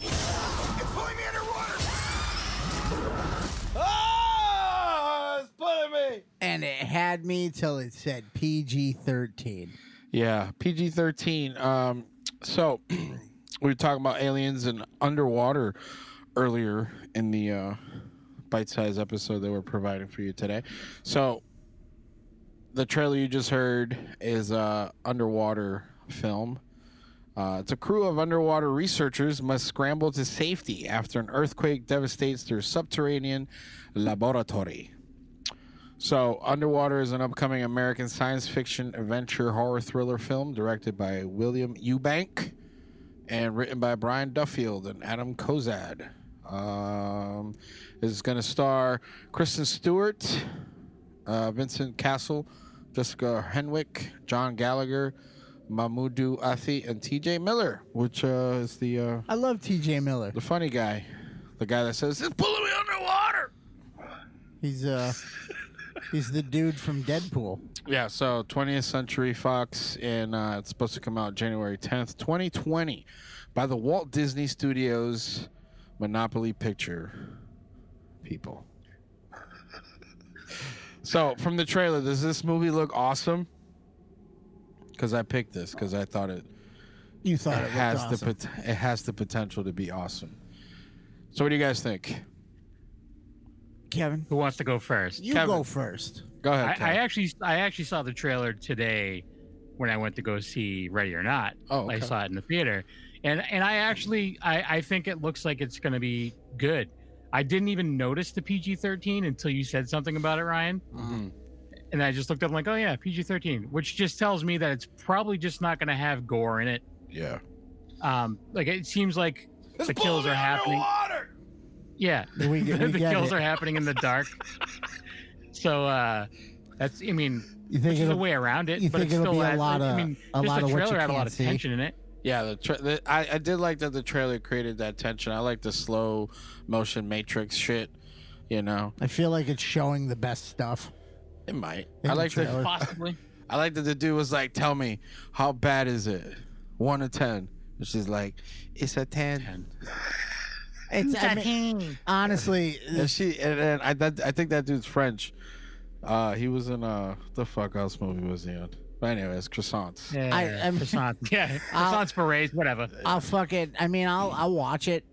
S3: It's pulling me underwater.
S4: Ah, it's pulling me.
S6: And it had me till it said PG 13.
S4: Yeah, PG thirteen. Um, so *clears throat* we were talking about aliens and underwater earlier in the uh, bite-sized episode that we're providing for you today. So the trailer you just heard is a underwater film. Uh, it's a crew of underwater researchers must scramble to safety after an earthquake devastates their subterranean laboratory. So, Underwater is an upcoming American science fiction adventure horror thriller film directed by William Eubank and written by Brian Duffield and Adam Kozad. Uh, Um, is going to star Kristen Stewart, uh, Vincent Castle, Jessica Henwick, John Gallagher, Mahmoudou Athi, and T.J. Miller, which uh, is the uh,
S6: I love T.J. Miller,
S4: the funny guy, the guy that says, "It's pulling me underwater."
S6: He's uh, he's the dude from Deadpool.
S4: Yeah, so 20th Century Fox, and uh, it's supposed to come out January 10th, 2020, by the Walt Disney Studios Monopoly Picture people. *laughs* so, from the trailer, does this movie look awesome? Because I picked this because I thought it
S6: You thought it,
S4: it has
S6: looked awesome.
S4: the pot- it has the potential to be awesome. So, what do you guys think?
S6: Kevin,
S7: Who wants to go first?
S6: you go first.
S4: Go ahead.
S7: I,
S4: Kevin.
S7: I actually I actually saw the trailer today when I went to go see Ready or Not.
S4: Oh, okay.
S7: I saw it in the theater, and and I actually I, I think it looks like it's going to be good. I didn't even notice the PG thirteen until you said something about it, Ryan.
S4: Mhm.
S7: And I just looked up like, oh yeah, PG thirteen, which just tells me that it's probably just not going to have gore in it.
S4: Yeah.
S7: Um, like it seems like
S12: It's
S7: the kills
S12: pulling
S7: are
S12: me
S7: happening.
S12: underwater!
S7: Yeah,
S6: We get-
S4: *laughs*
S7: the
S6: we get
S7: kills
S6: it.
S7: are happening in the dark. so uh that's I mean
S6: You think
S7: which is a
S6: it'll-
S7: way around it,
S6: you
S7: but
S6: think
S7: it
S6: it'll be
S7: still
S6: a
S7: adds-
S6: lot
S7: I
S6: of-
S7: mean,
S6: a
S7: just
S6: lot
S7: the
S6: of what
S7: trailer
S6: you
S7: had a lot
S6: can't
S7: of
S6: see.
S7: tension in it.
S4: Yeah, the, tra- the I, I did like that the trailer created that tension. I like the slow motion Matrix shit. You know,
S6: I feel like it's showing the best stuff.
S4: it might.
S6: In the
S4: I like that.
S6: trailer.
S7: Possibly.
S4: *laughs* I like that the dude was like, "Tell me, how bad is it? One to ten. And she's like, "It's a 10.
S6: It's, I mean, honestly,
S4: And she and, then I that, I think that dude's French. Uh, he was in uh the fuck else movie was he in? But anyways, croissants.
S7: Yeah,
S6: I- I'm- *laughs*
S7: croissant. Yeah, croissants, berets, whatever.
S6: I'll fuck it. I mean, I'll I'll watch it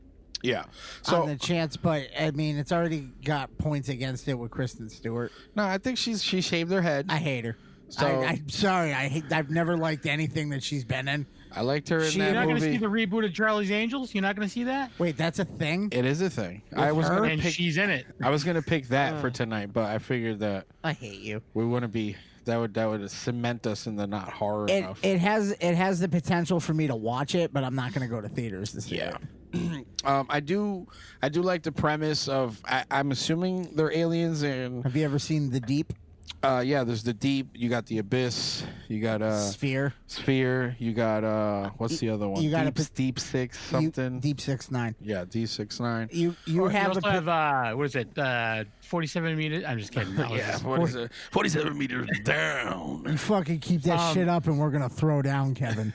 S4: Yeah. So
S6: on the chance, but I mean, it's already got points against it with Kristen Stewart.
S4: no, I think she's she shaved her head.
S6: I hate her.
S4: So-
S6: I, I'm sorry. I hate, I've never liked anything that she's been in.
S4: I liked her in
S6: She-
S7: You're
S4: that
S7: not going to
S4: movie.
S7: see the reboot of Charlie's Angels. You're not going to see that,
S6: Wait, that's a thing.
S4: it is a thing. I was gonna
S7: and Uh.
S4: pick
S7: she's in it.
S4: I was gonna pick that for tonight, but I figured that
S6: I hate you.
S4: we wouldn't be that would that would cement us in the not horror
S6: It
S4: enough.
S6: it has it has the potential for me to watch it, but I'm not going to go to theaters this year.
S4: um, I do I do like the premise of I, I'm assuming they're aliens and
S6: Have you ever seen The Deep
S4: uh, yeah, there's the deep, you got the abyss, you got uh
S6: Sphere?
S4: sphere, you got uh what's the other one?
S6: you got a
S4: deep,
S6: pot-
S4: deep six
S6: You-
S4: something.
S6: Deep Six Nine.
S4: yeah, D six nine.
S6: You you
S7: You
S6: have
S7: also
S6: the po-
S7: Oh, have uh, what is it? Uh, Forty-seven meters. I'm just kidding. That
S4: *laughs*
S7: was
S4: Yeah,
S7: just-
S4: 47, 47 meters down.
S6: you fucking keep that
S7: Um,
S6: shit up, and we're gonna throw down,
S4: *laughs*
S6: Kevin.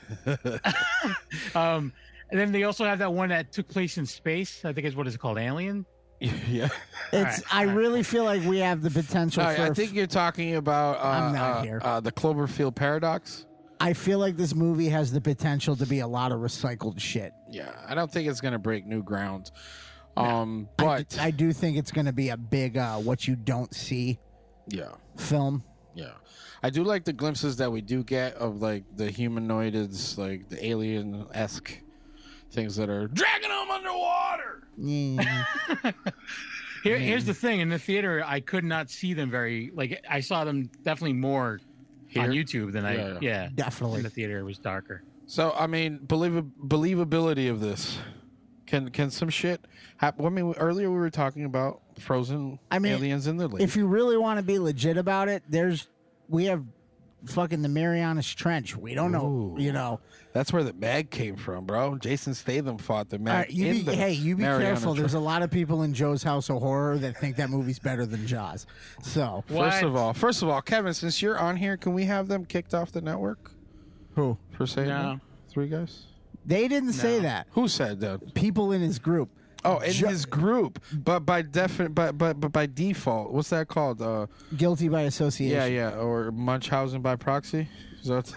S7: Um, and then they also have that one that took place in space. I think is what is it called? Alien.
S4: *laughs* yeah.
S6: It's. I really feel like we have the potential
S4: All right,
S6: for.
S4: I think you're talking about uh,
S6: I'm not
S4: uh,
S6: here.
S4: uh, the Cloverfield paradox.
S6: I feel like this movie has the potential to be a lot of recycled shit.
S4: Yeah, I don't think it's gonna break new ground. Um, but
S6: I do think it's going to be a big uh, what you don't see
S4: yeah,
S6: film.
S4: yeah, I do like the glimpses that we do get of like the humanoids, like the alien esque things that are dragging them underwater.
S6: Yeah.
S7: Mm-hmm. *laughs* Here, here's the thing: in the theater, I could not see them very. Like I saw them definitely more on
S4: Here?
S7: YouTube than I.
S4: Yeah,
S7: Yeah,
S6: Definitely.
S7: In the theater, it was darker.
S4: So I mean, believ- believability of this can can some shit happen? I mean, earlier we were talking about frozen
S6: I mean,
S4: aliens in the lake.
S6: if you really want to be legit about it, there's we have fucking the Marianas Trench. We don't know,
S4: Ooh.
S6: you know.
S4: That's where the mag came from, bro. Jason Statham fought the mag.
S6: All right, you
S4: in
S6: be,
S4: the
S6: hey, you be
S4: Mariana
S6: careful.
S4: Trench.
S6: There's a lot of people in Joe's House of Horror that think that movie's better than Jaws. So
S4: First of all, first of all, Kevin, since you're on here, can we have them kicked off the network
S6: who?
S4: for saying
S7: No.
S4: that? three guys?
S6: They didn't say that.
S4: Who said that?
S6: People in his group.
S4: Oh, in
S6: Ju-
S4: his group, but by defi- but but but by default, what's that called? Uh,
S6: Guilty by
S4: yeah,
S6: association.
S4: yeah, or Munchausen by proxy. Is that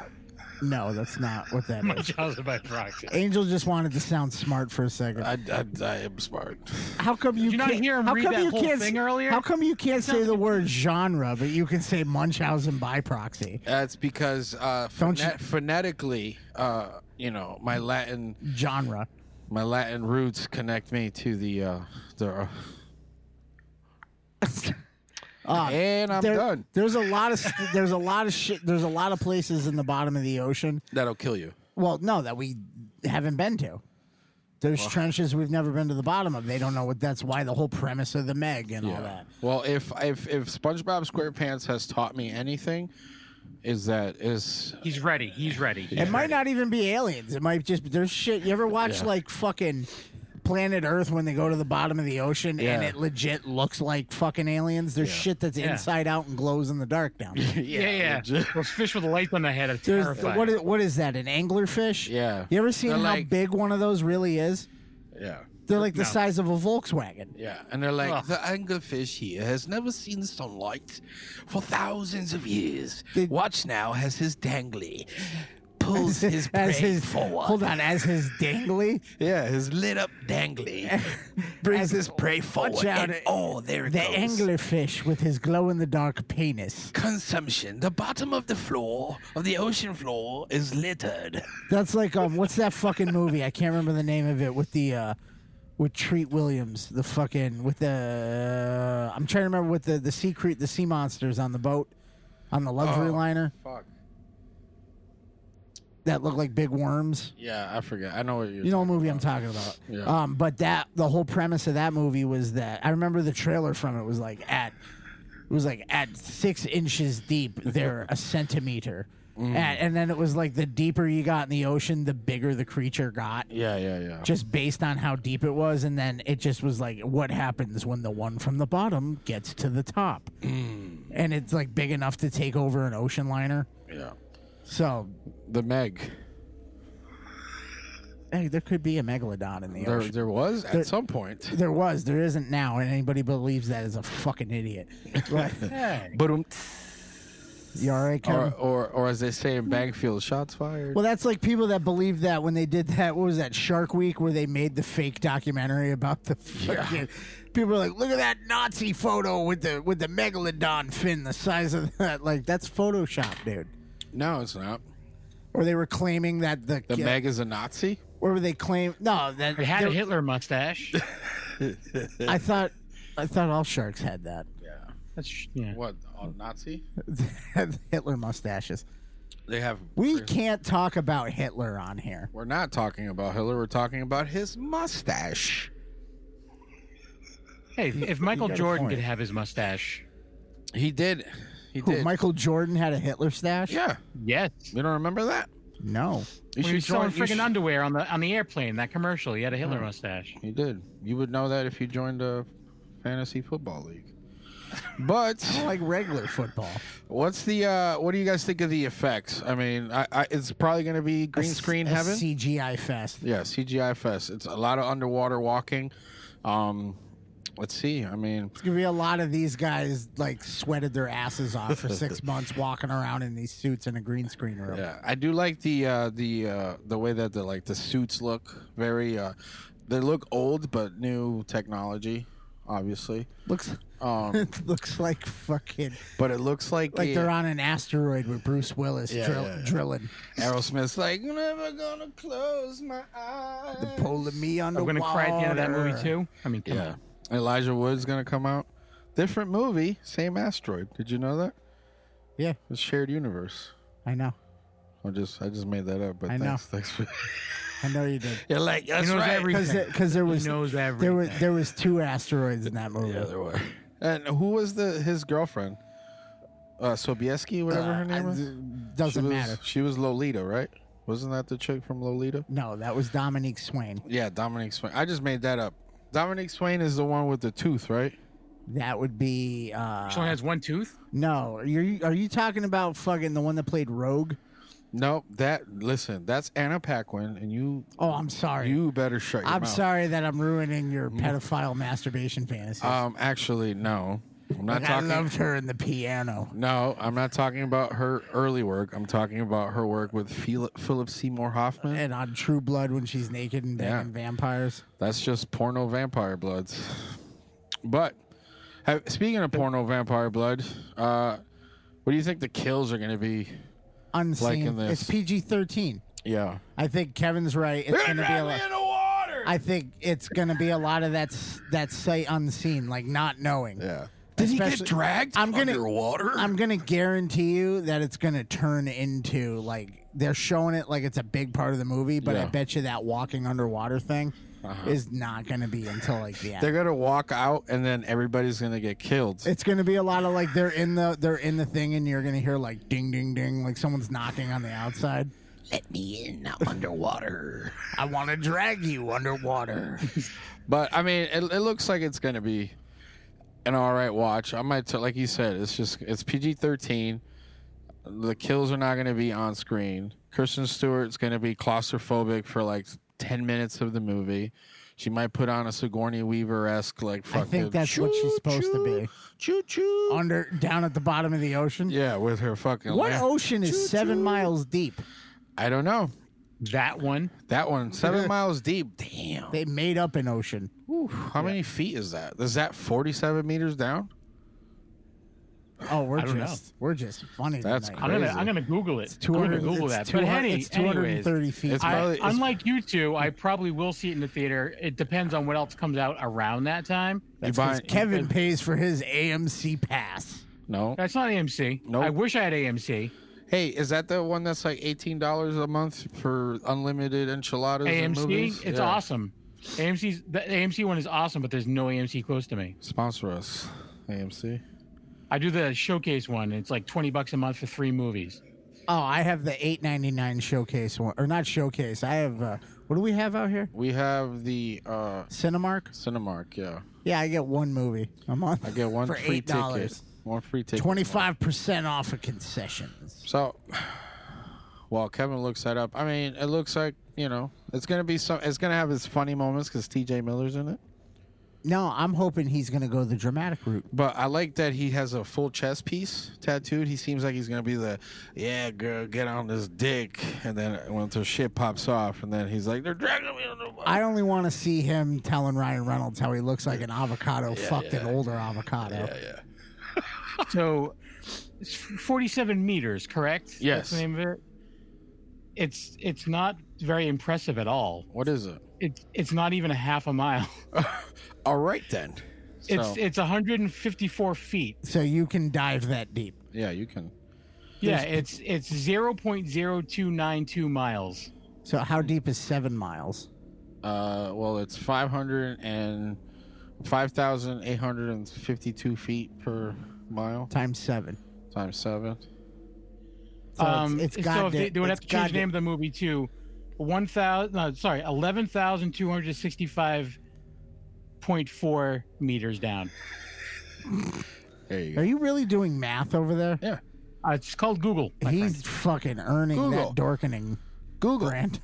S6: No, that's not what
S7: *laughs*
S6: that is.
S7: Munchausen by proxy.
S6: Angel just wanted to sound smart for a second.
S4: I, I, I am smart.
S6: How come you,
S7: you not
S6: can't
S7: hear him
S6: how
S7: read
S6: come
S7: that
S6: you
S7: whole
S6: can't,
S7: thing earlier?
S6: How come you can't say the word genre, but you can say Munchausen by proxy?
S4: That's because uh,
S6: Don't you-
S4: phonet- phonetically, uh, you know, my Latin
S6: Genre.
S4: my Latin roots connect me to the uh, the. Uh,
S7: *laughs* Ah,
S6: Uh,
S4: and I'm
S6: there-
S4: done.
S6: *laughs* There's a lot of st- there's a lot of shit. There's a lot of places in the bottom of the ocean.
S4: That'll kill you.
S6: Well, no, that we haven't been to. There's
S4: Well-
S6: trenches we've never been to the bottom of. They don't know what that's why the whole premise of the Meg and all that.
S4: Well, if if if SpongeBob SquarePants has taught me anything, is that is
S7: he's ready. He's ready.
S6: it might not even be aliens. It might just there's shit. You ever watch
S4: Yeah.
S6: like fucking Planet Earth when they go to the bottom of the ocean and
S4: Yeah.
S6: it legit looks like fucking aliens? There's
S7: Yeah.
S6: shit that's
S7: Yeah.
S6: inside out and glows in the dark down
S4: *laughs*
S6: there.
S7: *laughs* Yeah, yeah. *laughs* Those fish with lights on the head are
S6: There's,
S7: terrifying.
S6: what is what is that? An anglerfish?
S4: Yeah.
S6: You ever seen
S4: They're
S6: how
S4: like-
S6: big one of those really is?
S4: yeah.
S6: They're like the
S4: No.
S6: size of a Volkswagen.
S4: Yeah, and they're like
S6: Ugh.
S4: the anglerfish here has never seen sunlight for thousands of years. Watch now as his dangly pulls his
S6: *laughs*
S4: prey
S6: As his
S4: forward.
S6: hold on, as his dangly,
S4: yeah, his lit up dangly *laughs* brings his prey forward.
S6: watch out!
S4: and oh, there it
S6: the
S4: goes.
S6: anglerfish with his glow in the dark penis.
S4: Consumption. The bottom of the floor of the ocean floor is
S7: *laughs*
S4: littered.
S6: That's like um, what's that fucking movie? I can't remember the name of it. With the uh, with Treat Williams, the fucking with the uh, I'm trying to remember what the the sea cre- the sea monsters on the boat on the luxury
S4: Oh,
S6: liner
S4: Fuck.
S6: that look like big worms.
S4: Yeah, I forget. I know what you're.
S6: You know what movie I'm talking about.
S4: Yeah.
S6: Um, but that the whole premise of that movie was that I remember the trailer from it was like at it was like at six inches deep, they're a centimeter.
S4: Mm.
S6: At- and then it was like the deeper you got in the ocean, the bigger the creature got.
S4: Yeah, yeah, yeah.
S6: Just based on how deep it was, and then it just was like, what happens when the one from the bottom gets to the top,
S4: Mm.
S6: and it's like big enough to take over an ocean liner.
S4: yeah.
S6: So
S4: The Meg.
S6: Hey, there could be a megalodon in the
S4: There,
S6: ocean.
S4: there was at
S6: There-
S4: some point.
S6: There was, there isn't now, and anybody believes that is a fucking
S4: *laughs*
S6: idiot. But
S4: But um,
S6: you all right,
S4: or,
S6: Kevin?
S4: or or as they say in Bagfield, shots fired.
S6: Mm. Well, that's like people that believe that when they did that. What was that Shark Week where they made the fake documentary about the fucking people? Were like, look at that Nazi photo with the with the megalodon fin the size of *laughs* that. Like that's Photoshop, dude.
S4: no, it's not.
S6: Or they were claiming that the,
S4: The Meg is a Nazi.
S6: Or were they claim? No, that
S7: It had a
S6: there-
S7: Hitler
S4: *laughs*
S7: mustache.
S6: I thought I thought all sharks had that *laughs*
S7: That's yeah.
S4: What a Nazi?
S6: Hitler mustaches.
S4: They have.
S6: We can't talk about Hitler on here.
S4: We're not talking about Hitler. We're talking about his mustache.
S7: Hey, if Michael Jordan could have his mustache,
S4: he did. He
S6: Who,
S4: did.
S6: Michael Jordan had a Hitler stash?
S4: Yeah.
S7: Yes.
S4: You don't remember that?
S6: No.
S4: You
S7: When he
S4: should
S7: was
S4: join-
S7: selling
S4: you
S7: friggin'
S4: should-
S7: underwear on the on the airplane, that commercial, he had a Hitler
S4: Oh.
S7: mustache.
S4: He did. You would know that if you joined a fantasy football league. But
S6: *laughs* like regular football.
S4: What's the? uh What do you guys think of the effects? I mean, I, I it's probably going to
S6: *laughs*
S4: be green
S6: A s-
S4: screen
S6: a
S4: heaven.
S6: CGI fest.
S4: Yeah, CGI fest. It's a lot of underwater walking. Um, let's see. I mean,
S6: It's gonna be a lot of these guys like sweated their asses off for
S4: *laughs*
S6: six months walking around in these suits in a green screen room.
S4: yeah, I do like the uh, the uh, the way that the like the suits look. Very, uh, they look old but new technology, obviously.
S6: Looks *laughs*
S4: Um,
S6: it looks like fucking
S4: but it looks like
S6: like
S4: the-
S6: they're on an asteroid with Bruce Willis
S4: Yeah,
S6: drill,
S4: yeah, yeah.
S6: drilling.
S4: Aerosmith's like never gonna close my eyes.
S6: The pole of me
S7: I'm
S6: underwater.
S7: gonna cry at the end of that movie too. I mean, come
S4: Yeah. Elijah Wood's going to come out. Different movie, same asteroid. Did you know that?
S6: Yeah.
S4: It's shared universe.
S6: I know.
S4: I just I just made that up, but
S6: I know.
S4: thanks thanks for *laughs*
S6: I know you
S7: *laughs*
S6: did.
S4: You're like, that's
S7: knows
S4: right. *laughs*
S7: everything.
S6: Because because there
S7: He
S6: was
S7: knows
S6: there were
S7: everything.
S6: there was two asteroids in that movie.
S4: Yeah, there were. And who was the his girlfriend? Uh Sobieski, whatever
S6: Uh,
S4: her name
S6: I-
S4: was?
S6: doesn't
S4: She was-
S6: matter.
S4: She was Lolita, right? Wasn't that the chick from Lolita?
S6: No, that was Dominique Swain.
S4: Yeah, Dominique Swain. I just made that up. Dominique Swain is the one with the tooth, right?
S6: That would be uh
S7: on. She only has one tooth.
S6: no. Are you are you talking about fucking the one that played Rogue?
S4: No, that listen, that's Anna Paquin, and you
S6: Oh, I'm sorry.
S4: you better shut your
S6: I'm
S4: mouth. Mm.
S6: sorry that I'm ruining your pedophile masturbation fantasy.
S4: Um, actually, no. I'm not
S6: Like, I
S4: talking.
S6: loved her in the piano.
S4: No, I'm not talking about her early work. I'm talking about her work with Philip, Philip Seymour Hoffman.
S6: And on True Blood when she's naked and
S4: Yeah.
S6: and vampires.
S4: That's just porno vampire bloods. But have, speaking of porno vampire blood, uh, what do you think the kills are going to be? Like
S6: Unseen.
S4: in this.
S6: it's PG thirteen.
S4: Yeah.
S6: I think Kevin's right. It's gonna be a lot. I think it's gonna be a lot of that s- that sight unseen, like not knowing.
S4: Yeah. Did he get
S6: Especially-
S4: dragged
S6: I'm gonna,
S4: underwater?
S6: I'm gonna guarantee you that it's gonna turn into like they're showing it like it's a big part of the movie, but I
S4: Yeah.
S6: bet you that walking underwater thing
S4: Uh-huh.
S6: is not going to be until like the end.
S4: They're gonna walk out, and then everybody's gonna get killed.
S6: It's gonna be a lot of like they're in the they're in the thing, and you're gonna hear like ding ding ding, like someone's knocking on the outside. Let me in, I'm underwater. I want to drag *laughs* you underwater.
S4: But I mean, it, it looks like it's gonna be an all right watch. I might, t- like you said, it's just it's PG thirteen. The kills are not gonna be on screen. Kristen Stewart's gonna be claustrophobic for like ten minutes of the movie. She might put on a Sigourney Weaver esque like
S6: I
S4: fucking.
S6: think that's what she's supposed to be.
S4: Choo choo.
S6: Under down at the bottom of the ocean.
S4: yeah, with her fucking.
S6: What
S4: lamp.
S6: ocean is seven miles deep?
S4: I don't know.
S7: That one.
S4: That one *laughs* seven miles deep. Damn.
S6: They made up an ocean.
S4: How many feet is that? Is that forty-seven meters down?
S6: Oh, we're
S7: I don't know.
S6: just we're just funny.
S4: That's
S6: tonight.
S7: I'm gonna I'm gonna Google it. I'm gonna
S6: 200
S7: Google
S6: it's
S7: that. But
S6: 200
S7: any,
S6: it's 230
S7: anyways,
S6: feet. It's
S7: I-
S4: probably- it's-
S7: unlike you two, I probably will see it in the theater. It depends on what else comes out around that time.
S6: That's
S4: You
S6: 'cause
S4: buy-
S6: Kevin pays for his AMC pass.
S4: No.
S7: That's not AMC.
S4: Nope.
S7: I wish I had AMC.
S4: Hey, is that the one that's like eighteen dollars a month for unlimited enchiladas and
S7: AMC,
S4: movies?
S7: it's awesome. AMC's the AMC one is awesome, but there's no AMC close to me.
S4: Sponsor us, AMC.
S7: I do the showcase one. It's like twenty bucks a month for three movies.
S6: Oh, I have the eight ninety nine showcase one, or not showcase. I have uh, what do we have out here?
S4: We have the uh
S6: Cinemark.
S4: Cinemark. Yeah,
S6: Yeah, I get one movie a month.
S4: I get one
S6: for
S4: free
S6: eight
S4: ticket.
S6: dollars.
S4: One free ticket.
S6: Twenty five percent off of concessions.
S4: So, while Kevin looks that up, I mean, it looks like you know it's gonna be some. It's gonna have its funny moments because T.J. Miller's in it.
S6: No, I'm hoping he's gonna go the dramatic route.
S4: But I like that he has a full chest piece tattooed. He seems like he's gonna be the, yeah, girl, get on this dick, and then once the shit pops off, and then he's like, they're dragging me on the.
S6: I only want to see him telling Ryan Reynolds how he looks like an avocado fucked an older avocado.
S4: yeah.
S7: So, it's forty-seven meters, correct?
S4: Yes.
S7: That's the name of it. It's it's not very impressive at all.
S4: What is it?
S7: It's it's not even a half a mile.
S4: *laughs* All right then. So,
S7: It's it's 154 feet.
S6: So you can dive that deep.
S4: yeah, you can.
S7: Yeah, it's it's 0.0292 miles.
S6: So how deep is seven miles?
S4: Uh, well, it's five hundred and five thousand eight hundred and fifty-two feet per mile
S6: Times seven.
S4: times seven.
S6: So
S7: um,
S6: it's, it's
S7: so if
S6: goddamn.
S7: they, they would have
S6: it's
S7: to change the
S6: goddamn-
S7: name of the movie to one thousand. No, sorry, eleven thousand two hundred sixty-five point four meters down.
S4: There you go.
S6: Are you really doing math over there?
S4: Yeah.
S7: Uh, it's called Google. my
S6: He's
S7: friend.
S6: fucking earning
S4: Google.
S6: that dorkening
S4: Google.
S6: grant.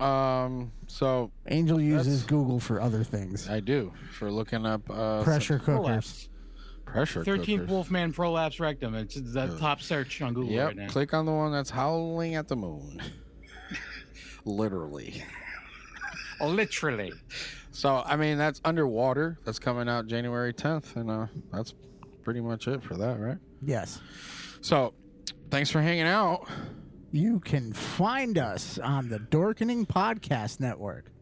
S4: Um. So
S6: Angel uses Google for other things.
S4: I do for looking up uh,
S6: Pressure cookers.
S7: Prolapse.
S4: some pressure.
S7: Thirteenth
S4: cookers.
S7: Wolfman prolapse rectum. It's the top search on Google
S4: Yep.
S7: right now.
S4: Click on the one that's howling at the moon. *laughs* Literally.
S7: Literally.
S4: So I mean that's underwater. That's coming out January 10th, and uh, that's pretty much it for that, right?
S6: Yes.
S4: So, thanks for hanging out.
S6: You can find us on the Dorkening Podcast Network.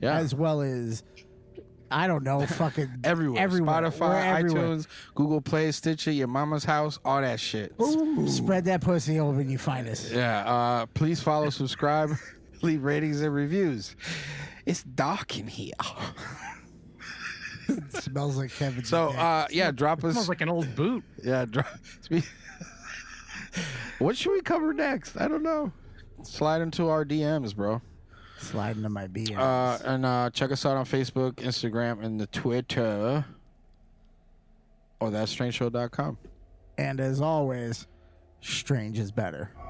S4: Yeah.
S6: as well as I don't
S4: *laughs*
S6: know, fucking
S4: everywhere.
S6: everywhere,
S4: Spotify,
S6: We're everywhere.
S4: iTunes, Google Play, Stitcher, your mama's house, all that shit.
S6: Spread that pussy over when you find us.
S4: Yeah. Uh, please follow, subscribe, *laughs* leave ratings and reviews. It's dark in here.
S6: It smells like Kevin.
S4: So uh, yeah, drop us.
S7: Smells like an old boot.
S4: Yeah, drop. *laughs* what should we cover next? I don't know. Slide into our DMs, bro.
S6: slide into my BMs.
S4: Uh, and uh, check us out on Facebook, Instagram, and the Twitter. Or that's strangeshow.com.
S6: and as always, strange is better.